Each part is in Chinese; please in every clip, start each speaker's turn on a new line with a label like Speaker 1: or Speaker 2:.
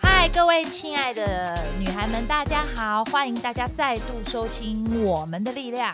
Speaker 1: 嗨，各位亲爱的女孩们，大家好！欢迎大家再度收听我们的力量。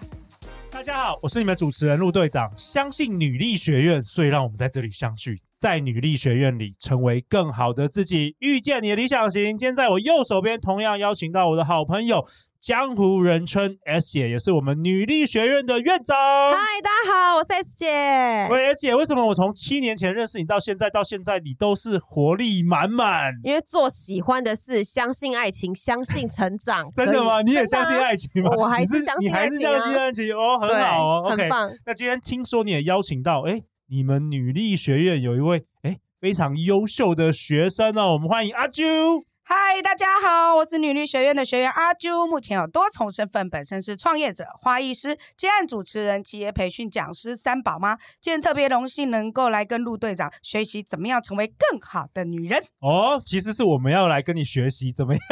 Speaker 2: 大家好，我是你们主持人陆队长。相信女力学院，所以让我们在这里相聚，在女力学院里成为更好的自己，遇见你的理想型。今天在我右手边，同样邀请到我的好朋友，江湖人称 S 姐，也是我们女力学院的院长。
Speaker 3: 嗨，大家好，我是 S 姐。
Speaker 2: 喂，S 姐，为什么我从七年前认识你到现在，到现在你都是活力满满？
Speaker 3: 因为做喜欢的事，相信爱情，相信成长。
Speaker 2: 真的吗？
Speaker 3: 所以
Speaker 2: 你也
Speaker 3: 真
Speaker 2: 相
Speaker 3: 的啊
Speaker 2: 信爱情吗？
Speaker 3: 我还
Speaker 2: 你
Speaker 3: 是相信
Speaker 2: 你还
Speaker 3: 爱
Speaker 2: 是
Speaker 3: 情
Speaker 2: 相
Speaker 3: 啊
Speaker 2: 信爱情哦，很好哦
Speaker 3: 对
Speaker 2: ，OK，
Speaker 3: 很棒。
Speaker 2: 那今天听说你也邀请到，哎，你们女力学院有一位哎非常优秀的学生哦，我们欢迎阿啾。
Speaker 4: 嗨，大家好，我是女力学院的学员阿啾，目前有多重身份，本身是创业者、花艺师、接案主持人、企业培训讲师、三宝妈。今天特别荣幸能够来跟陆队长学习怎么样成为更好的女人。
Speaker 2: 哦，其实是我们要来跟你学习怎么样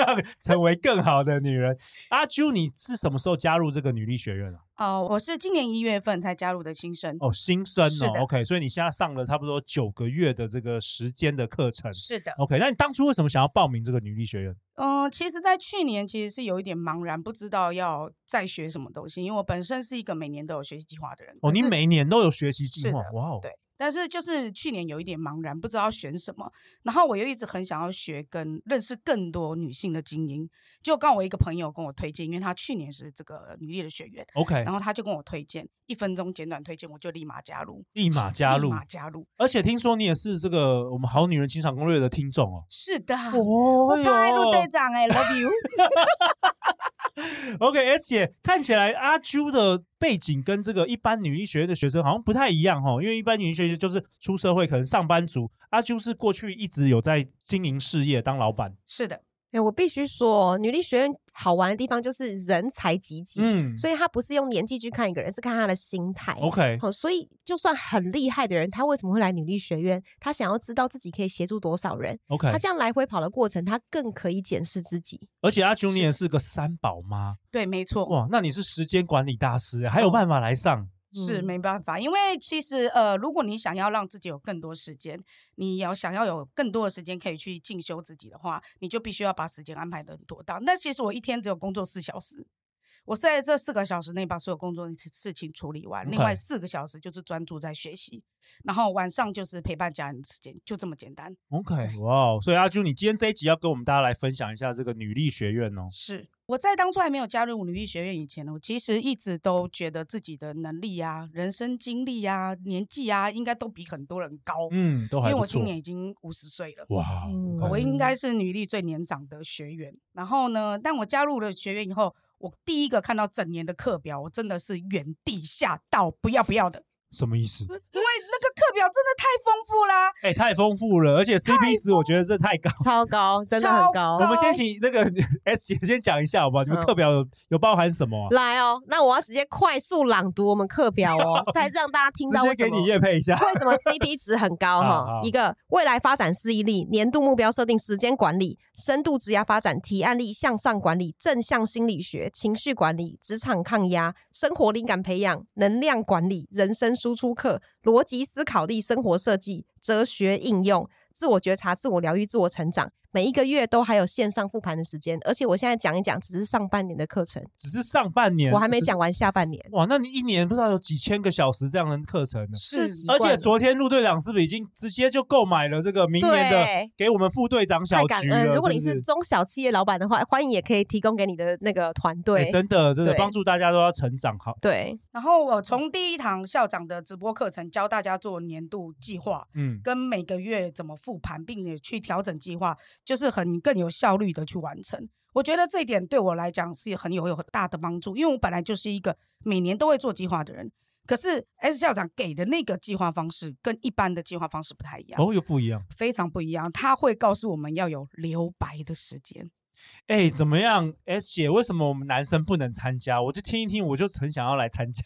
Speaker 2: 成为更好的女人。阿啾，你是什么时候加入这个女力学院啊？
Speaker 4: 哦、我是今年一月份才加入的新生。
Speaker 2: 哦，新生
Speaker 4: 是
Speaker 2: 哦
Speaker 4: 的
Speaker 2: ，OK，所以你现在上了差不多九个月的这个时间的课程
Speaker 4: 是的，
Speaker 2: ，OK。那你当初为什么想要报名这个女力学院？
Speaker 4: 嗯，其实，在去年其实是有一点茫然，不知道要再学什么东西，因为我本身是一个每年都有学习计划的人。
Speaker 2: 哦，
Speaker 4: 可
Speaker 2: 你
Speaker 4: 是
Speaker 2: 每年都有学习计
Speaker 4: 是
Speaker 2: 划
Speaker 4: 的，
Speaker 2: 哇哦，
Speaker 4: 对但是就是去年有一点茫然，不知道选什么。然后我又一直很想要学跟认识更多女性的精英，就刚好我一个朋友跟我推荐，因为她去年是这个女力的学员，
Speaker 2: ，OK，
Speaker 4: 然后她就跟我推荐，一分钟简短推荐，我就立马加入，
Speaker 2: 立马加
Speaker 4: 立
Speaker 2: 入，
Speaker 4: 马加入。
Speaker 2: 而且听说你也是这个我们好女人情场攻略的听众哦。
Speaker 4: 是的，
Speaker 2: 哦
Speaker 4: 我超爱陆队长
Speaker 3: 欸
Speaker 4: 哎、l o v e you。
Speaker 2: OK，S 姐看起来阿啾的背景跟这个一般女医学院的学生好像不太一样哦，因为一般女医学院就是出社会可能上班族，阿啾是过去一直有在经营事业当老板。
Speaker 4: 是的，
Speaker 3: 哎、我必须说，女力学院好玩的地方就是人才济济，
Speaker 2: 嗯
Speaker 3: 所以他不是用年纪去看一个人，是看他的心态。
Speaker 4: 哦
Speaker 2: ，OK，
Speaker 3: 好、所以就算很厉害的人，他为什么会来女力学院？他想要知道自己可以协助多少人，
Speaker 2: OK，
Speaker 3: 他这样来回跑的过程，他更可以检视 自己。
Speaker 2: 而且阿啾你也是个三宝妈
Speaker 4: 对，没错。
Speaker 2: 哇，那你是时间管理大师，还
Speaker 4: 哦
Speaker 2: 有办法来上
Speaker 4: 是
Speaker 3: 嗯
Speaker 4: 没办法，因为其实呃，如果你想要让自己有更多时间，你要想要有更多的时间可以去进修自己的话，你就必须要把时间安排的很妥当。那其实我一天只有工作四小时，我是在这四个小时内把所有工作的事事情处理完，另
Speaker 2: OK
Speaker 4: 外四个小时就是专注在学习，然后晚上就是陪伴家人的时间，就这么简单。
Speaker 2: ？OK，哇哦，所以阿啾你今天这一集要跟我们大家来分享一下这个女力学院哦。
Speaker 4: 是我在当初还没有加入女力学院以前呢，我其实一直都觉得自己的能力啊、人生经历啊、年纪啊，应该都比很多人高。
Speaker 2: 嗯，都还
Speaker 4: 因为
Speaker 2: 不
Speaker 4: 我今
Speaker 2: 错。
Speaker 4: 年已经五十岁了。
Speaker 2: 哇
Speaker 3: 嗯
Speaker 2: ，OK
Speaker 4: 我应
Speaker 3: 嗯
Speaker 4: 该是女力最年长的学员，然后呢，但我加入了学员以后，我第一个看到整年的课表，我真的是原地吓到不要不要的，
Speaker 2: 什么意思？
Speaker 4: 因为那个课表真的太丰富啦。
Speaker 2: 哎、太丰富了，而且 CP 值我觉得这太高。
Speaker 3: 超高，真的
Speaker 4: 超
Speaker 3: 很高欸
Speaker 2: 我。们先请那个 S 姐先讲一下好不好？你们
Speaker 3: 嗯
Speaker 2: 课表有有包含什么啊、
Speaker 3: 来哦，那我要直接快速朗读我们课表 哦，再让大家听到为
Speaker 2: 直接
Speaker 3: 什
Speaker 2: 给
Speaker 3: 么
Speaker 2: 你叶配一 下。
Speaker 3: 为什么 CP 值很 高
Speaker 2: 好
Speaker 3: 哈
Speaker 2: 好？
Speaker 3: 一个未来发展示意力、年度目标设定、时间管理、深度职涯发展、提案力、向上管理、正向心理学、情绪管理、职场抗压、生活灵感培养、能量管理、人生输出课、逻辑思考力、生活设计、哲学应用。自我觉察、自我疗愈、自我成长，每一个月都还有线上复盘的时间，而且我现在讲一讲，只是上半年的课程，
Speaker 2: 只是上半年，
Speaker 3: 我还没。讲完下半年。
Speaker 2: 哇，那你一年不知道有几千个小时这样的课程呢？
Speaker 3: 这习
Speaker 2: 而
Speaker 3: 惯
Speaker 2: 且
Speaker 3: 了
Speaker 2: 昨天陆队长是不是已经直接就购买了这个明年的
Speaker 3: 对
Speaker 2: 给我们副队长小
Speaker 3: 太感
Speaker 2: 局
Speaker 3: 恩！
Speaker 2: 了？
Speaker 3: 如果你
Speaker 2: 是
Speaker 3: 是
Speaker 2: 不
Speaker 3: 中小企业老板的话，欢迎也可以提供给你的那个团
Speaker 2: 哎、
Speaker 3: 队。
Speaker 2: 真的真的
Speaker 3: 对
Speaker 2: 帮助大家都要成长好。
Speaker 3: 对，
Speaker 4: 然后我从第一堂校长的直播课程教大家做年度计划，
Speaker 2: 嗯，
Speaker 4: 跟每个月怎么复盘，并且去调整计划，就是很更有效率的去完成。我觉得这一点对我来讲是很有有很大的帮助，因为我本来就是一个每年都会做计划的人。可是 S 校长给的那个计划方式跟一般的计划方式不太一样，
Speaker 2: 哦，又不一样。
Speaker 4: 非常不一样。他会告诉我们要有留白的时间。
Speaker 2: 哎、怎么样？S 姐，为什么我们男生不能参加？我就听一听，我就很想要来参加。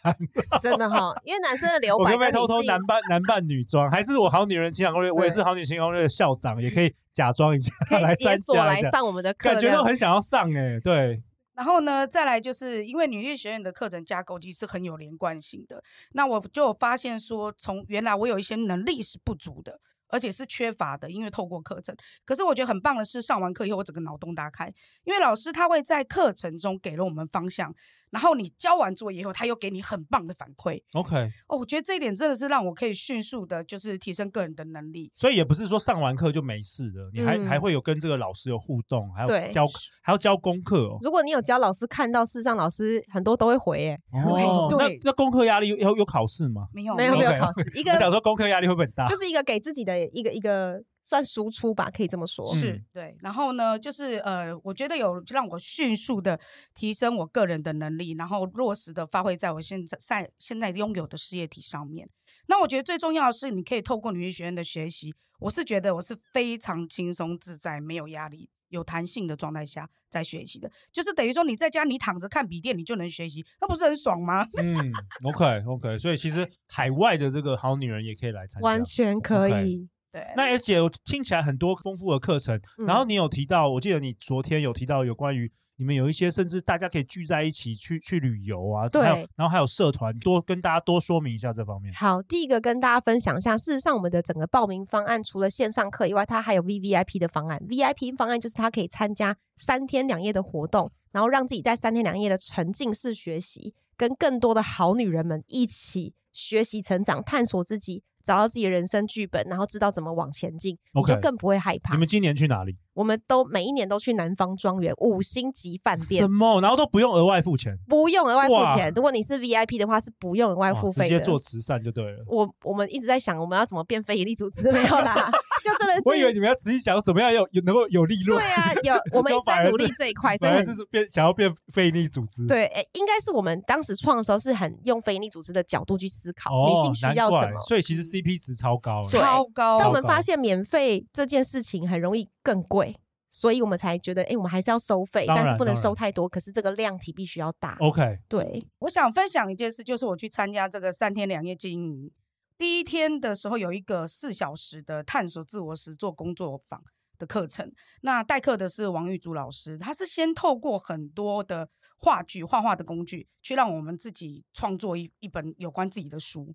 Speaker 3: 真 的哈，因为男生的留
Speaker 2: 我
Speaker 3: 白
Speaker 2: 可不可以
Speaker 3: 跟
Speaker 2: 偷
Speaker 3: 女
Speaker 2: 偷
Speaker 3: 性
Speaker 2: 男扮 男扮女装？还是我好女人情感攻略？我也
Speaker 3: 对
Speaker 2: 是好女人情感攻略的校长，也可以假装一下
Speaker 3: 可
Speaker 2: 来
Speaker 3: 以解
Speaker 2: 参
Speaker 3: 锁
Speaker 2: 加
Speaker 3: 来
Speaker 2: 一下。
Speaker 3: 上我们的课，
Speaker 2: 感觉都很想要上哎、对，
Speaker 4: 然后呢，再来就是因为女力学院的课程架构其实是很有连贯性的。那我就有发现说，从原来我有一些能力是不足的，而且是缺乏的，因为透过课程。可是我觉得很棒的是，上完课以后我整个脑洞大开，因为老师他会在课程中给了我们方向，然后你交完作业以后，他又给你很棒的反馈。
Speaker 2: OK，
Speaker 4: 哦，我觉得这一点真的是让我可以迅速的，就是提升个人的能力。
Speaker 2: 所以也不是说上完课就没事了，你还、
Speaker 3: 嗯
Speaker 2: 还会有跟这个老师有互动，还有
Speaker 3: 对
Speaker 2: 教还要教功课哦。
Speaker 3: 如果你有教老师看到，事实上老师很多都会回耶，
Speaker 2: 哦，那
Speaker 4: 对
Speaker 2: 那功课压力有有有考试吗？
Speaker 4: 没有，
Speaker 3: 没有没有
Speaker 2: 哦 OK
Speaker 3: 考试，一个
Speaker 2: 我想说功课压力会不会很大？
Speaker 3: 就是一个给自己的一个一个算输出吧，可以这么说。
Speaker 4: 是
Speaker 2: 嗯
Speaker 4: 对，然后呢，就是呃，我觉得有让我迅速的提升我个人的能力，然后落实的发挥在我现在在现在拥有的事业体上面。那我觉得最重要的是，你可以透过女力学院的学习，我是觉得我是非常轻松自在、没有压力、有弹性的状态下在学习的，就是等于说你在家你躺着看笔电，你就能学习，那不是很爽吗？
Speaker 2: 嗯，OK OK，所以其实海外的这个好女人也可以来参加。
Speaker 3: 完全可
Speaker 2: OK
Speaker 3: 以。
Speaker 4: 对，
Speaker 2: 那 S 姐，我听起来很多丰富的课程，
Speaker 3: 嗯
Speaker 2: 然后你有提到，我记得你昨天有提到有关于你们有一些甚至大家可以聚在一起去去旅游啊，
Speaker 3: 对
Speaker 2: 还有然后还有社团，多跟大家多说明一下这方面。
Speaker 3: 好，第一个跟大家分享一下，事实上我们的整个报名方案除了线上课以外，它还有 V V I P 的方案。V I P 方案就是它可以参加三天两夜的活动，然后让自己在三天两夜的沉浸式学习，跟更多的好女人们一起学习成长，探索自己，找到自己的人生剧本，然后知道怎么往前进你
Speaker 2: OK
Speaker 3: 就更不会害怕
Speaker 2: 你。们今年去哪里？
Speaker 3: 我们都每一年都去南方庄园五星级饭
Speaker 2: 什
Speaker 3: 店。
Speaker 2: 么？然后都不用额外付钱，
Speaker 3: 不用额外
Speaker 2: 哇
Speaker 3: 付钱，如果你是 VIP 的话，是不用额外
Speaker 2: 哇
Speaker 3: 付费
Speaker 2: 直
Speaker 3: 的。
Speaker 2: 接做慈善就对了。
Speaker 3: 我我们一直在想，我们要怎么变非营利组织？没有 啦，就真的
Speaker 2: 我以为
Speaker 3: 是
Speaker 2: 你们要仔细想怎么样有有能够有利润
Speaker 3: 对，啊，有我 们一直在努力这一块，所以
Speaker 2: 反而
Speaker 3: 很
Speaker 2: 是变想要变非利组织。
Speaker 3: 对，诶应该是我们当时创的时候是很用非营利组织的角度去思考
Speaker 2: 哦，
Speaker 3: 女性需
Speaker 2: 难
Speaker 3: 要什
Speaker 2: 怪
Speaker 3: 么。嗯
Speaker 2: 所以其实 CP 值超高欸。
Speaker 3: 对
Speaker 4: 超高，
Speaker 3: 但
Speaker 2: 好
Speaker 3: 我们
Speaker 2: 高
Speaker 3: 发现免费这件事情很容易更贵，所以我们才觉得，哎，我们还是要收费，
Speaker 2: 当然
Speaker 3: 但是不能
Speaker 2: 当然哦
Speaker 3: 收太多，可是这个量体必须要大。
Speaker 2: OK，
Speaker 3: 对，
Speaker 4: 我想分享一件事，就是我去参加这个三天两夜经营。第一天的时候有一个四小时的探索自我实作工作坊的课程，那代课的是王玉竹老师，他是先透过很多的话剧、画画的工具，去让我们自己创作一一本有关自己的书。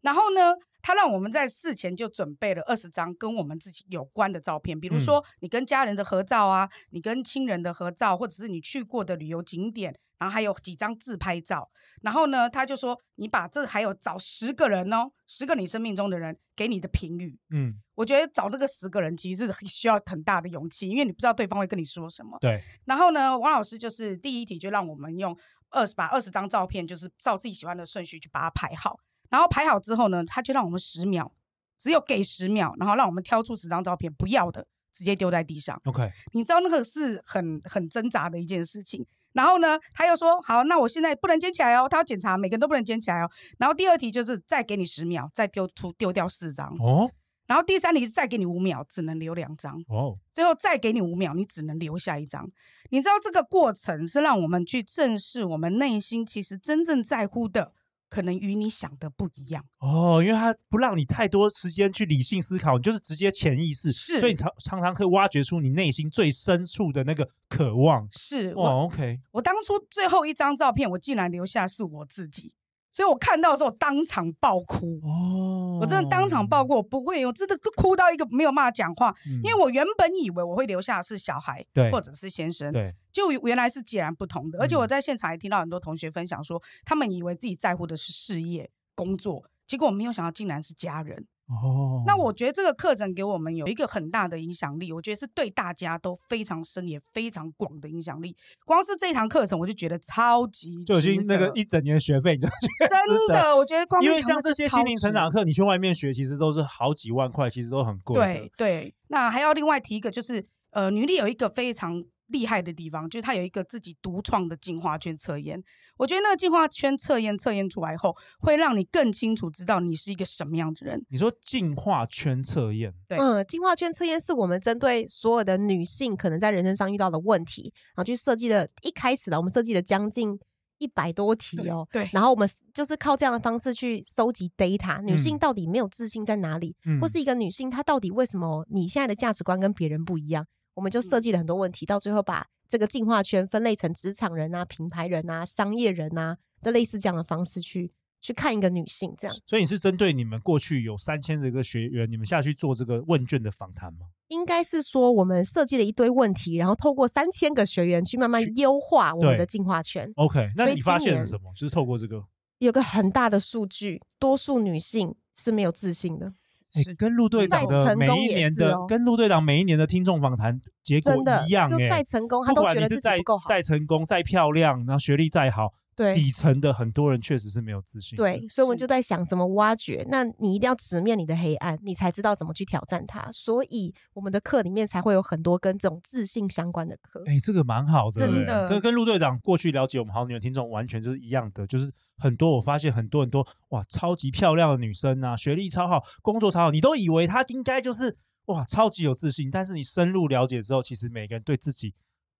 Speaker 4: 然后呢，他让我们在事前就准备了二十张跟我们自己有关的照片，比如
Speaker 2: 嗯
Speaker 4: 说你跟家人的合照啊，你跟亲人的合照，或者是你去过的旅游景点，然后还有几张自拍照。然后呢，他就说你把这还有找十个人哦，十个你生命中的人给你的评语。
Speaker 2: 嗯，
Speaker 4: 我觉得找那个十个人其实是很需要很大的勇气，因为你不知道对方会跟你说什么。
Speaker 2: 对，
Speaker 4: 然后呢，王老师就是第一题就让我们用二十把二十张照片，就是照自己喜欢的顺序去把它排好。然后排好之后呢，他就让我们十秒，只有给十秒，然后让我们挑出十张照片不要的，直接丢在地上。
Speaker 2: OK，
Speaker 4: 你知道那个是很很挣扎的一件事情。然后呢，他又说好，那我现在不能捡起来哦，他要检查每个人都不能捡起来哦。然后第二题就是再给你十秒，再丢出丢掉四张。
Speaker 2: 哦
Speaker 4: 然后第三题再给你五秒，只能留两张。
Speaker 2: 哦，
Speaker 4: 最后再给你五秒，你只能留下一张。你知道这个过程是让我们去正视我们内心其实真正在乎的，可能与你想的不一样。
Speaker 2: 哦，因为他不让你太多时间去理性思考，你就是直接潜意识，
Speaker 4: 是
Speaker 2: 所以你常常常可以挖掘出你内心最深处的那个渴望。
Speaker 4: 是我、
Speaker 2: 哦，OK，
Speaker 4: 我当初最后一张照片，我竟然留下是我自己，所以我看到的时候当场爆哭。
Speaker 2: 哦，
Speaker 4: 我真的当场爆哭，我不会，我真的哭到一个没有办法讲话，
Speaker 2: 嗯，
Speaker 4: 因为我原本以为我会留下的是小孩，
Speaker 2: 对
Speaker 4: 或者是先生，
Speaker 2: 对，
Speaker 4: 就原来是截然不同的。而且
Speaker 2: 嗯
Speaker 4: 我在现场也听到很多同学分享说，他们以为自己在乎的是事业、工作，结果我没有想到竟然是家人。
Speaker 2: 哦，
Speaker 4: 那我觉得这个课程给我们有一个很大的影响力，我觉得是对大家都非常深也非常广的影响力。光是这一堂课程，我就觉得超级
Speaker 2: 就已
Speaker 4: 值
Speaker 2: 经那个
Speaker 4: 得
Speaker 2: 一整年的学费，你就觉得
Speaker 4: 真
Speaker 2: 值得
Speaker 4: 的，我觉得光
Speaker 2: 因
Speaker 4: 那
Speaker 2: 为
Speaker 4: 堂
Speaker 2: 像
Speaker 4: 课
Speaker 2: 这
Speaker 4: 就
Speaker 2: 些
Speaker 4: 超
Speaker 2: 心灵成
Speaker 4: 值
Speaker 2: 长课，你去外面学，其实都是好几万块，其实都很贵的。
Speaker 4: 对对，那还要另外提一个，就是呃，女力有一个非常厉害的地方，就是她有一个自己独创的进化圈测验。我觉得那个进化圈测验测验出来后，会让你更清楚知道你是一个什么样的人。
Speaker 2: 你说进化圈测验，
Speaker 4: 对
Speaker 3: 嗯，进化圈测验是我们针对所有的女性可能在人生上遇到的问题，然后去设计的。一开始呢，我们设计了将近一百多题哦，
Speaker 4: 对
Speaker 3: 然后我们就是靠这样的方式去收集 data，女性
Speaker 2: 嗯
Speaker 3: 到底没有自信在哪里，
Speaker 2: 嗯
Speaker 3: 或是一个女性她到底为什么你现在的价值观跟别人不一样？我我们就
Speaker 4: 嗯
Speaker 3: 设计了很多问题，到最后把这个进化圈分类成职场人啊、品牌人啊、商业人啊的类似这样的方式去去看一个女性这样。
Speaker 2: 所以你是针对你们过去有三千这个学员，你们下去做这个问卷的访谈吗？
Speaker 3: 应该是说，我们设计了一堆问题，然后透过三千个学员去慢慢优化我们的
Speaker 2: 对
Speaker 3: 进化圈。
Speaker 2: OK，那
Speaker 3: 所以
Speaker 2: 你发
Speaker 3: 今
Speaker 2: 现了
Speaker 3: 年
Speaker 2: 什么？就是透过这个，
Speaker 3: 有个很大的数据，多数女性是没有自信的，
Speaker 2: 哎
Speaker 4: 是
Speaker 2: 跟陆队
Speaker 3: 再
Speaker 2: 长的
Speaker 3: 成
Speaker 2: 每
Speaker 3: 功
Speaker 2: 一
Speaker 3: 也
Speaker 2: 年
Speaker 3: 是
Speaker 2: 的、
Speaker 3: 哦
Speaker 2: 跟陆队长每一年的听众访谈结果
Speaker 3: 真的
Speaker 2: 一样、
Speaker 3: 就
Speaker 2: 欸，
Speaker 3: 再成功，她
Speaker 2: 不
Speaker 3: 都
Speaker 2: 管
Speaker 3: 觉
Speaker 2: 你
Speaker 3: 得
Speaker 2: 是
Speaker 3: 自己
Speaker 2: 再
Speaker 3: 不够好。
Speaker 2: 再成功、再漂亮，然后学历再好，
Speaker 3: 对
Speaker 2: 底层的很多人确实是没有自信的。
Speaker 3: 对，所以我们
Speaker 4: 是
Speaker 3: 就在想怎么挖掘。那你一定要直面你的黑暗，你才知道怎么去挑战它。所以我们的课里面才会有很多跟这种自信相关的课。
Speaker 2: 哎、这个蛮好的、欸，
Speaker 4: 真的
Speaker 2: 这个跟陆队长过去了解我们好女人听众完全就是一样的，就是很多我发现很多很多哇，超级漂亮的女生啊，学历超好，工作超好，你都以为她应该就是哇，超级有自信，但是你深入了解之后，其实每个人对自己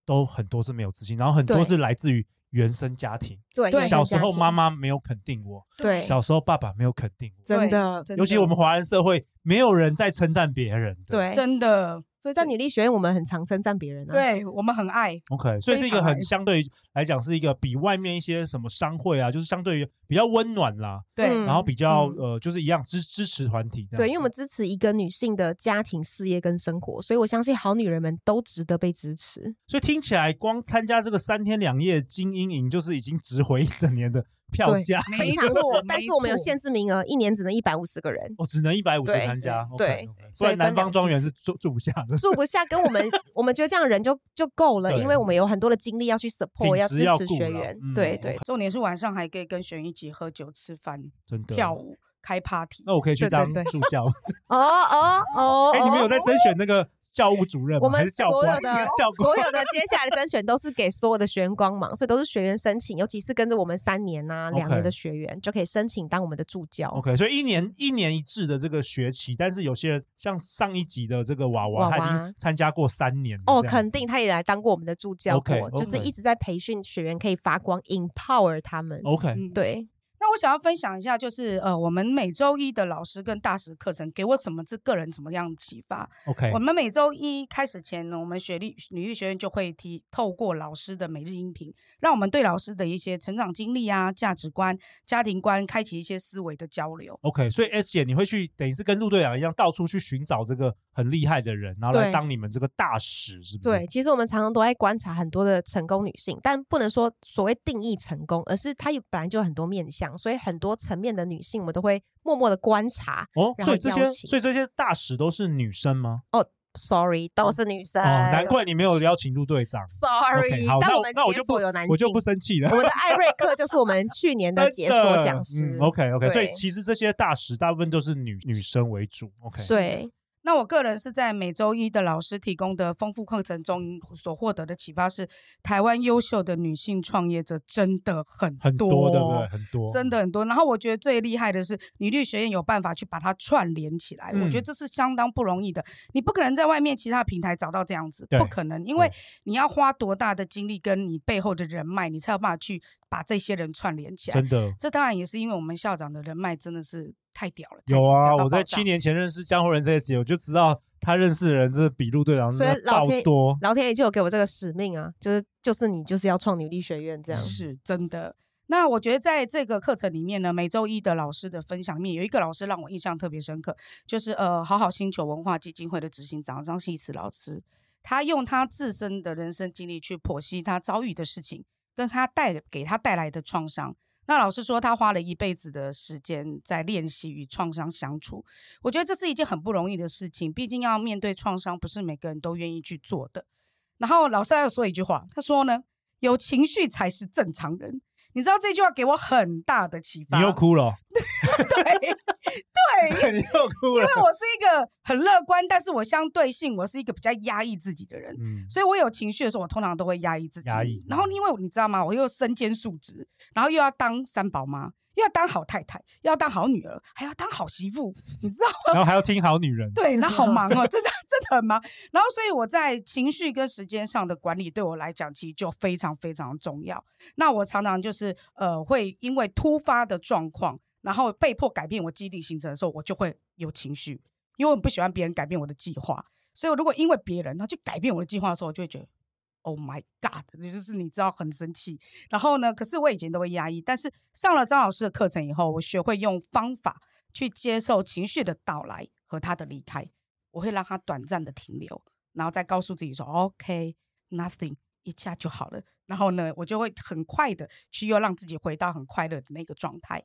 Speaker 2: 都很多是没有自信，然后很多
Speaker 3: 对
Speaker 2: 是来自于原生家庭，
Speaker 3: 对，
Speaker 4: 对
Speaker 3: 原生
Speaker 2: 小时
Speaker 3: 家
Speaker 2: 候
Speaker 3: 庭
Speaker 2: 妈妈没有肯定我，
Speaker 3: 对，
Speaker 2: 小时候爸爸没有肯定我，
Speaker 3: 真
Speaker 4: 对
Speaker 3: 的
Speaker 4: 真
Speaker 2: 尤其
Speaker 4: 的
Speaker 2: 我们华人社会没有人在称赞别人的，
Speaker 3: 对，
Speaker 4: 真的，
Speaker 3: 所以在女力学院我们很常称赞别人啊。
Speaker 4: 对我们很爱，
Speaker 2: OK，所以
Speaker 4: 非
Speaker 2: 是一个
Speaker 4: 常
Speaker 2: 很
Speaker 4: 爱
Speaker 2: 相对来讲是一个比外面一些什么商会啊，就是相对于比较温暖啦，
Speaker 4: 对
Speaker 3: 嗯
Speaker 2: 然后比较、
Speaker 3: 嗯
Speaker 2: 呃就是一样支支持团体这样子。
Speaker 3: 对，因为我们支持一个女性的家庭、事业跟生活，所以我相信好女人们都值得被支持。
Speaker 2: 所以听起来光参加这个三天两夜精英营就是已经值回一整年的票
Speaker 3: 对
Speaker 2: 价
Speaker 4: 没
Speaker 3: 非常
Speaker 4: 错
Speaker 3: 弱，，但是我们有限
Speaker 4: 制，
Speaker 3: 制名额，一年只能一百五十个人。
Speaker 2: 哦，只能一百五十
Speaker 3: 对
Speaker 2: 参加。
Speaker 3: 对
Speaker 2: OK，OK 不
Speaker 3: 所以
Speaker 2: 然南
Speaker 3: 分
Speaker 2: 方
Speaker 3: 两
Speaker 2: 庄
Speaker 3: 批
Speaker 2: 园
Speaker 3: 次
Speaker 2: 是住住不 下，真的
Speaker 3: 住不下，跟我们我们觉得这样人就就够了，因
Speaker 2: 对
Speaker 3: 为我们有很多的精力要去 support，
Speaker 2: 品
Speaker 3: 要
Speaker 2: 质
Speaker 3: 支
Speaker 2: 要
Speaker 3: 持
Speaker 2: 顾
Speaker 3: 学
Speaker 2: 啦
Speaker 3: 员。
Speaker 2: 嗯
Speaker 3: 对对，
Speaker 4: 重点是晚上还可以跟学员一起喝酒、吃饭、
Speaker 2: 真的
Speaker 4: 跳。舞、开 party。
Speaker 2: 那我可以去
Speaker 3: 对对
Speaker 2: 当
Speaker 3: 对
Speaker 2: 助 教。
Speaker 3: 哦哦哦，
Speaker 2: 哎，你们有
Speaker 3: 哦
Speaker 2: 在甄选那 个教务主任吗？
Speaker 3: 我
Speaker 2: 还
Speaker 3: 们
Speaker 2: 是教
Speaker 3: 所
Speaker 2: 官
Speaker 3: 有的
Speaker 2: 教
Speaker 3: 所有的接下来的甄选都是给所有的学员光芒，所以都是学员申请，尤其是跟着我们三年呐、两年
Speaker 2: OK
Speaker 3: 的学员就可以申请当我们的助教。
Speaker 2: OK，所以一年一年一制的这个学期，但是有些人像上一集的这个娃娃，
Speaker 3: 娃
Speaker 2: 他已
Speaker 3: 娃
Speaker 2: 经参加过三年了
Speaker 3: 哦，
Speaker 2: 这样
Speaker 3: 肯
Speaker 2: 子
Speaker 3: 定他也来当过我们的助教过
Speaker 2: OK，
Speaker 3: 就是
Speaker 2: OK
Speaker 3: 一直在培训学员可以发光，empower 他们。
Speaker 2: OK，
Speaker 4: 嗯，
Speaker 3: 对，
Speaker 4: 那我想要分享一下，就是呃，我们每周一的老师跟大师课程给我什么是个人怎么样的启发？
Speaker 2: OK，
Speaker 4: 我们每周一开始前呢，我们学历女力学院就会提透过老师的每日音频，让我们对老师的一些成长经历啊、价值观、家庭观，开启一些思维的交流。
Speaker 2: OK，所以 S 姐你会去等于是跟陆队长一样，到处去寻找这个很厉害的人，然后来
Speaker 3: 对
Speaker 2: 当你们这个大使，是不是？
Speaker 3: 对，，其实我们常常都在观察很多的成功女性，但不能说所谓定义成功，而是她有本来就有很多面向，所以很多层面的女性，我们都会默默的观察。
Speaker 2: 哦，
Speaker 3: 然
Speaker 2: 所
Speaker 3: 后
Speaker 2: 以这
Speaker 3: 邀
Speaker 2: 些
Speaker 3: 请
Speaker 2: 所以这些大使都是女生吗？
Speaker 3: Sorry，都是女生。
Speaker 2: 哦，难怪你没有邀请陆队长。
Speaker 3: 呃 Sorry，
Speaker 2: OK，好，
Speaker 3: 但
Speaker 2: 那
Speaker 3: 我
Speaker 2: 我
Speaker 3: 们
Speaker 2: 那我
Speaker 3: 解
Speaker 2: 就不
Speaker 3: 锁有男性，
Speaker 2: 我就不生气了
Speaker 3: 我。们的艾瑞克就是我们去年的解锁讲师。
Speaker 2: 嗯 OK OK，所以
Speaker 3: 对
Speaker 2: 其实这些大使大部分都是女女生为主。OK，
Speaker 3: 对，
Speaker 4: 那我个人是在每周一的老师提供的丰富课程中所获得的启发是，台湾优秀的女性创业者真的很
Speaker 2: 很多对不对？很多
Speaker 4: 真的很多。然后我觉得最厉害的是，女力学院有办法去把它串联起来，我觉
Speaker 2: 嗯
Speaker 4: 得这是相当不容易的。你不可能在外面其他平台找到这样子，
Speaker 2: 对
Speaker 4: 不可能，因为
Speaker 2: 对
Speaker 4: 你要花多大的精力跟你背后的人脉，你才有办法去把这些人串联起来。
Speaker 2: 真的。
Speaker 4: 这当然也是因为我们校长的人脉真的是太屌了。太
Speaker 2: 有啊，
Speaker 4: 屌到
Speaker 2: 我在
Speaker 4: 爆炸
Speaker 2: 七年前认识江湖人这一集，我就知道他认识的人真的比陆队长
Speaker 3: 所
Speaker 2: 真
Speaker 3: 以
Speaker 2: 的
Speaker 3: 老
Speaker 2: 爆
Speaker 3: 天
Speaker 2: 多。
Speaker 3: 老天爷就有给我这个使命啊，就是就是你就是要创女力学院这样。
Speaker 4: 是真的。那我觉得在这个课程里面呢，每周一的老师的分享里面，有一个老师让我印象特别深刻，就是呃，好好星球文化基金会的执行长张希慈老师，他用他自身的人生经历去剖析他遭遇的事情，跟他带给他带来的创伤。那老师说，他花了一辈子的时间在练习与创伤相处，我觉得这是一件很不容易的事情，毕竟要面对创伤，不是每个人都愿意去做的。然后老师还有说一句话，他说呢，有情绪才是正常人。你知道这句话给我很大的启发。
Speaker 2: 你又哭了哦，
Speaker 4: 对对，因为
Speaker 2: 你又哭了。
Speaker 4: 我是一个很乐观，但是我相对性我是一个比较压抑自己的人，
Speaker 2: 嗯，
Speaker 4: 所以我有情绪的时候，我通常都会压抑自己。
Speaker 2: 压抑嗯
Speaker 4: 然后因为你知道吗，我又身兼数职，然后又要当三宝妈，又要当好太太，又要当好女儿，还要当好媳妇，你知道
Speaker 2: 然后还要听好女人。
Speaker 4: 对，那好忙哦，真的真的很忙。然后，所以我在情绪跟时间上的管理，对我来讲其实就非常非常重要。那我常常就是呃，会因为突发的状况，然后被迫改变我既定行程的时候，我就会有情绪，因为我不喜欢别人改变我的计划。所以如果因为别人然后去改变我的计划的时候，我就会觉得 Oh my God，就是你知道很生气。然后呢，可是我以前都会压抑，但是上了张老师的课程以后，我学会用方法去接受情绪的到来和他的离开，我会让他短暂的停留，然后再告诉自己说 OK，nothing，、一下就好了。然后呢，我就会很快的去又让自己回到很快乐的那个状态。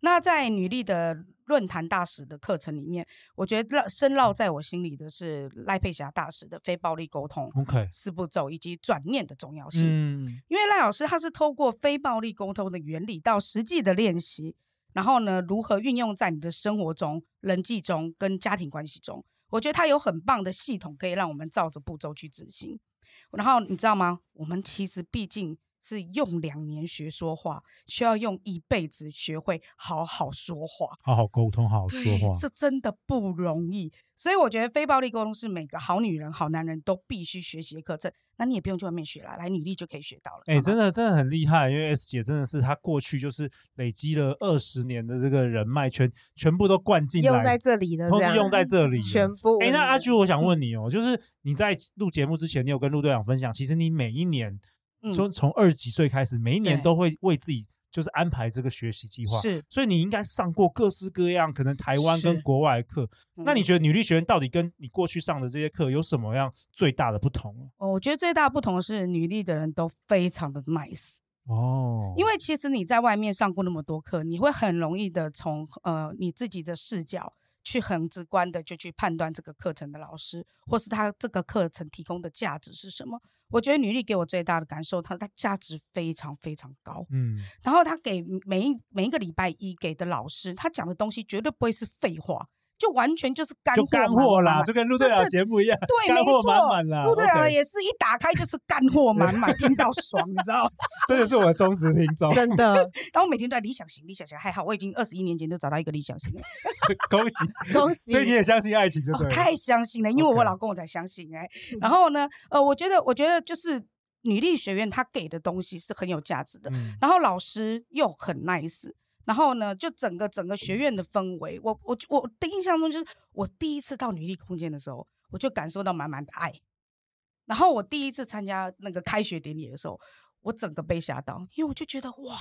Speaker 4: 那在女力的论坛大使的课程里面，我觉得绕深绕在我心里的是赖佩霞大使的非暴力沟通
Speaker 2: OK，
Speaker 4: 四步骤以及转念的重要性。
Speaker 2: 嗯，
Speaker 4: 因为赖老师他是透过非暴力沟通的原理到实际的练习，然后呢，如何运用在你的生活中、人际中跟家庭关系中，我觉得他有很棒的系统可以让我们照着步骤去执行。然后你知道吗？我们其实毕竟是用两年学说话，需要用一辈子学会好好说话。
Speaker 2: 好好沟通，好好说
Speaker 4: 对，
Speaker 2: 话。
Speaker 4: 这真的不容易。所以我觉得非暴力沟通是每个好女人、好男人都必须学习的课程。那你也不用去外面学啦，来女力就可以学到了。
Speaker 2: 哎、
Speaker 4: 好吗
Speaker 2: 真的真的很厉害，因为 S 姐真的是她过去就是累积了二十年的这个人脉圈，全部都灌进来，
Speaker 3: 用在这里的
Speaker 2: 都是
Speaker 3: 这样，
Speaker 2: 用在这里了。
Speaker 3: 全部。，
Speaker 2: 哎、那阿菊，我想
Speaker 4: 嗯
Speaker 2: 问你哦，就是你在录节目之前，你有跟陆队长分享，其实你每一年
Speaker 4: 嗯
Speaker 2: 从从二十几岁开始，每一年
Speaker 4: 对
Speaker 2: 都会为自己就是安排这个学习计划，
Speaker 4: 是，
Speaker 2: 所以你应该上过各式各样可能台湾跟
Speaker 4: 是
Speaker 2: 国外的课。那你
Speaker 4: 嗯
Speaker 2: 觉得女力学院到底跟你过去上的这些课有什么样最大的不同？啊
Speaker 4: 哦我觉得最大不同的是，女力的人都非常的 nice，
Speaker 2: 哦，
Speaker 4: 因为其实你在外面上过那么多课，你会很容易的从呃你自己的视角去很直观的就去判断这个课程的老师，或是他这个课程提供的价值是什么。我觉得女力给我最大的感受，它它价值非常非常高。
Speaker 2: 嗯，
Speaker 4: 然后他给每一每一个礼拜一给的老师，他讲的东西绝对不会是废话，就完全就是干
Speaker 2: 就
Speaker 4: 货
Speaker 2: 干
Speaker 4: 满满
Speaker 2: 货啦，
Speaker 4: 满
Speaker 2: 就跟陆队长
Speaker 4: 真的
Speaker 2: 节目一样，
Speaker 4: 对，
Speaker 2: 干
Speaker 4: 没
Speaker 2: 货
Speaker 4: 错，
Speaker 2: 满满啦。
Speaker 4: 陆队长的
Speaker 2: OK，
Speaker 4: 也是一打开就是干货满满，听到爽，你知道？
Speaker 2: 真的是我的忠实听众
Speaker 3: 真 的，
Speaker 4: 然后每天都在理想型，理想型还好，我已经二十一年前就找到一个理想型了，
Speaker 2: 恭喜
Speaker 3: 恭喜
Speaker 2: 所以你也相信爱情，就
Speaker 4: 哦
Speaker 2: 对，了。
Speaker 4: 太相信了，因为
Speaker 2: OK
Speaker 4: 我老公我才相信哎、然后呢，呃，我觉得，我觉得就是女力学院她给的东西是很有价值的，
Speaker 2: 嗯
Speaker 4: 然后老师又很 nice，然后呢，就整个整个学院的氛围，我我我的印象中就是我第一次到女力空间的时候，我就感受到满满的爱。然后我第一次参加那个开学典礼的时候，我整个被吓到，因为我就觉得哇，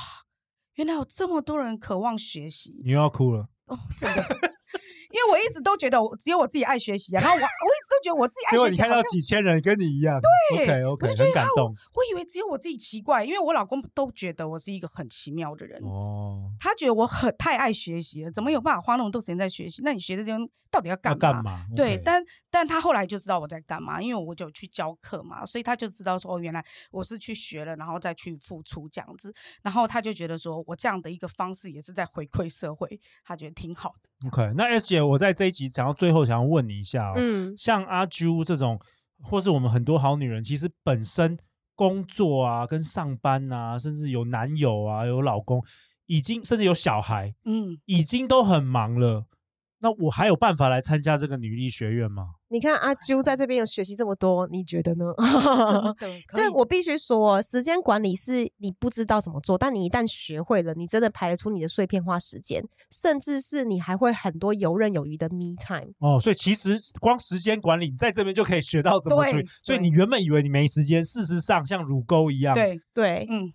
Speaker 4: 原来有这么多人渴望学习，
Speaker 2: 你又要哭了。
Speaker 4: 哦，真的。因为我一直都觉得我只有我自己爱学习啊，然后我我一直都觉得我自己爱
Speaker 2: 结果
Speaker 4: 学
Speaker 2: 你
Speaker 4: 习，
Speaker 2: 看
Speaker 4: 好
Speaker 2: 到
Speaker 4: 像
Speaker 2: 几千人跟你一样，
Speaker 4: 对
Speaker 2: ，OK OK，
Speaker 4: 我就觉
Speaker 2: 很
Speaker 4: 得
Speaker 2: 感动
Speaker 4: 我以为只有我自己奇怪，因为我老公都觉得我是一个很奇妙的人，
Speaker 2: 哦。
Speaker 4: 他觉得我很太爱学习了，怎么有办法花那么多时间在学习？那你学这东西到底要干
Speaker 2: 要
Speaker 4: 嘛？
Speaker 2: 干嘛？
Speaker 4: 对
Speaker 2: OK，
Speaker 4: 但但他后来就知道我在干嘛，因为我就去教课嘛，所以他就知道说，哦，原来我是去学了，然后再去付出这样子，然后他就觉得说我这样的一个方式也是在回馈社会，他觉得挺好的。
Speaker 2: OK，那 S 姐，我在这一集想要最后想要问你一下、哦，
Speaker 3: 嗯，
Speaker 2: 像阿啾这种，或是我们很多好女人，其实本身工作啊、跟上班啊，甚至有男友啊、有老公，已经甚至有小孩，
Speaker 4: 嗯，
Speaker 2: 已经都很忙了。那我还有办法来参加这个女力学院吗？
Speaker 3: 你看阿啾在这边有学习这么多，你觉得呢？
Speaker 4: 真的可以
Speaker 3: 嗯这我必须说，哦时间管理是你不知道怎么做，但你一旦学会了，你真的排得出你的碎片化时间，甚至是你还会很多游刃有余的 me time。
Speaker 2: 哦，所以其实光时间管理，你在这边就可以学到怎么处理
Speaker 4: 对。
Speaker 2: 所以
Speaker 4: 对
Speaker 2: 你原本以为你没时间，事实上像乳沟一样，
Speaker 4: 对，
Speaker 3: 对，
Speaker 4: 嗯，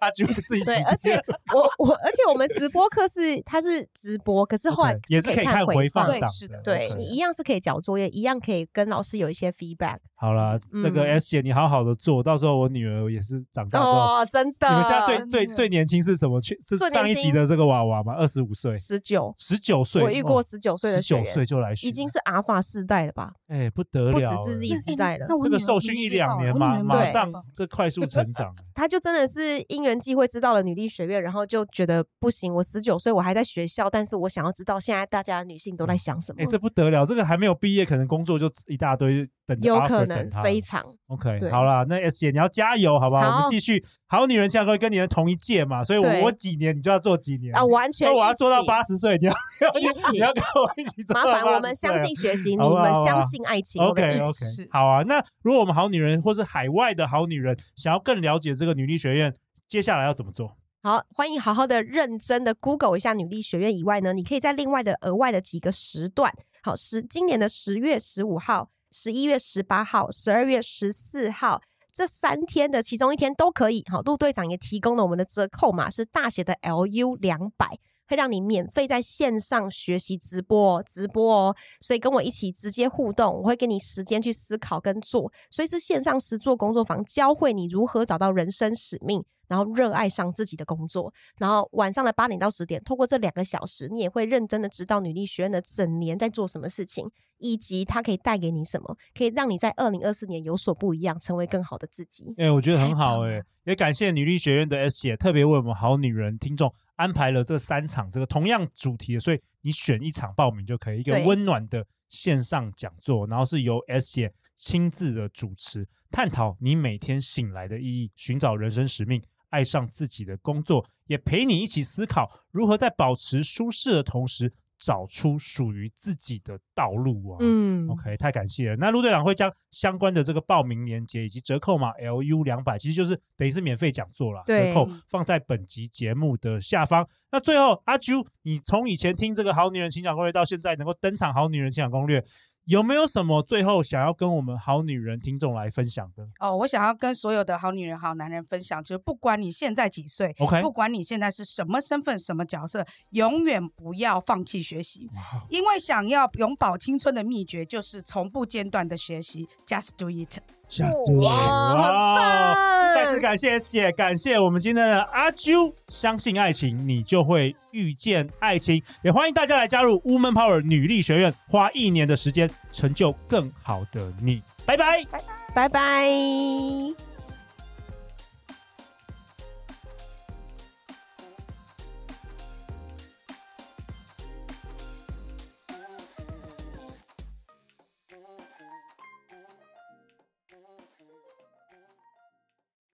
Speaker 2: 阿 啾自己
Speaker 3: 对，
Speaker 2: 挤
Speaker 3: 而且我我而且我们直播课是它是直播，可是后来
Speaker 2: OK，也是可以看
Speaker 3: 看
Speaker 2: 回放
Speaker 4: 对
Speaker 2: 档
Speaker 4: 是的
Speaker 3: 对
Speaker 2: OK
Speaker 3: 你一样是可以交作业，一样可以跟老师有一些 feedback。
Speaker 2: 好啦，那个
Speaker 3: 嗯
Speaker 2: S 姐，你好好的做到时候，我女儿也是长大之后。
Speaker 3: 哦，真的，
Speaker 2: 你们现在最
Speaker 4: 真
Speaker 2: 最
Speaker 4: 的
Speaker 2: 最年轻是什么？去是
Speaker 3: 最
Speaker 2: 上一
Speaker 3: 年
Speaker 2: 集
Speaker 3: 轻
Speaker 2: 的这个娃娃吗？二十五岁，
Speaker 3: 十九，
Speaker 2: 十九岁，
Speaker 3: 我遇过
Speaker 2: 哦
Speaker 3: 十九岁的学
Speaker 2: 19
Speaker 3: 员，
Speaker 2: 岁就来学，
Speaker 3: 已经是阿法世代了吧？
Speaker 2: 哎不得
Speaker 3: 不只
Speaker 2: 了了，
Speaker 3: 是 Z
Speaker 4: 那
Speaker 3: 时
Speaker 4: 哎
Speaker 3: 代了
Speaker 4: 那。我
Speaker 2: 这个
Speaker 4: 女儿
Speaker 2: 受
Speaker 4: 没
Speaker 2: 训一
Speaker 4: 遇
Speaker 2: 两
Speaker 4: 到
Speaker 2: 年
Speaker 4: 我
Speaker 2: 嘛，
Speaker 4: 女儿
Speaker 2: 马
Speaker 4: 没
Speaker 3: 对
Speaker 4: 遇
Speaker 2: 上
Speaker 4: 到
Speaker 2: 这快速成长，
Speaker 3: 他就真的是因缘际会知道了女力学院，然后就觉得不行，我十九岁我还在学校，但是我想要知道现在大家女性都在想什么
Speaker 2: 哎，，这不得了，这个还没有毕业，可能工作就一大堆等着
Speaker 3: 有
Speaker 2: offer
Speaker 3: 可
Speaker 2: 等
Speaker 3: 能
Speaker 2: 他
Speaker 3: 非常
Speaker 2: OK，
Speaker 3: 对
Speaker 2: 好啦，那 S 姐你要加油，好不好？我们
Speaker 3: 好
Speaker 2: 继续，好女人现在会跟你们同一届嘛，所以我
Speaker 3: 对
Speaker 2: 我几年你就要做几年
Speaker 3: 啊，完全
Speaker 2: 那我要
Speaker 3: 一
Speaker 2: 做到
Speaker 3: 起
Speaker 2: 八十岁，你要
Speaker 3: 一
Speaker 2: 你
Speaker 3: 起
Speaker 2: 要跟我一起做到
Speaker 3: 麻
Speaker 2: 80岁啊。
Speaker 3: 烦我们相信学习，你
Speaker 2: 好吧
Speaker 3: 们
Speaker 2: 好吧
Speaker 3: 相信爱情，我
Speaker 2: OK
Speaker 3: 们一
Speaker 2: OK，
Speaker 3: 起。
Speaker 2: 好啊。那如果我们好女人或是海外的好女人想要更了解这个女力学院，接下来要怎么做？
Speaker 3: 好，欢迎好好的、认真的 Google 一下女力学院以外呢，你可以在另外的额外的几个时段，好，十今年的十月十五号、十一月十八号、十二月十四号这三天的其中一天都可以。好，陆队长也提供了我们的折扣码是大写的 LU 两百。会让你免费在线上学习直播、哦，直播哦，所以跟我一起直接互动，我会给你时间去思考跟做，所以是线上实做工作坊，教会你如何找到人生使命，然后热爱上自己的工作。然后晚上的八点到十点，透过这两个小时，你也会认真的知道女力学院的整年在做什么事情，以及它可以带给你什么，可以让你在二零二四年有所不一样，成为更好的自己。
Speaker 2: 哎、我觉得很好
Speaker 3: 棒
Speaker 2: 哎、也感谢女力学院的 S 姐特别为我们好女人听众安排了这三场这个同样主题的，所以你选一场报名就可以，一个
Speaker 3: 对
Speaker 2: 温暖的线上讲座，然后是由 S 姐亲自的主持，探讨你每天醒来的意义，寻找人生使命。爱上自己的工作，也陪你一起思考如何在保持舒适的同时，找出属于自己的道路啊！
Speaker 3: 嗯
Speaker 2: OK，太感谢了。那陆队长会将相关的这个报名链接以及折扣码 LU 两百，其实就是等于是免费讲座啦，折
Speaker 3: 对
Speaker 2: 扣放在本集节目的下方。那最后，阿啾，你从以前听这个《好女人情感攻略》到现在能够登场《好女人情感攻略》，有没有什么最后想要跟我们好女人听众来分享的
Speaker 4: 哦，我想要跟所有的好女人、好男人分享，就是不管你现在几岁，
Speaker 2: ？OK，
Speaker 3: 哦
Speaker 4: 不管你现在是什么身份、什么角色，永远不要放弃学习，
Speaker 2: 哇哦
Speaker 4: 因为想要永葆青春的秘诀就是从不间断的学习，just do it。
Speaker 2: ，Just do it！
Speaker 3: 哇
Speaker 2: 哇再次
Speaker 3: 棒
Speaker 2: 感谢 S 姐，感谢我们今天的阿啾。相信爱情，你就会遇见爱情。也欢迎大家来加入 Woman Power 女力学院，花一年的时间成就更好的你。拜拜。
Speaker 3: 拜拜。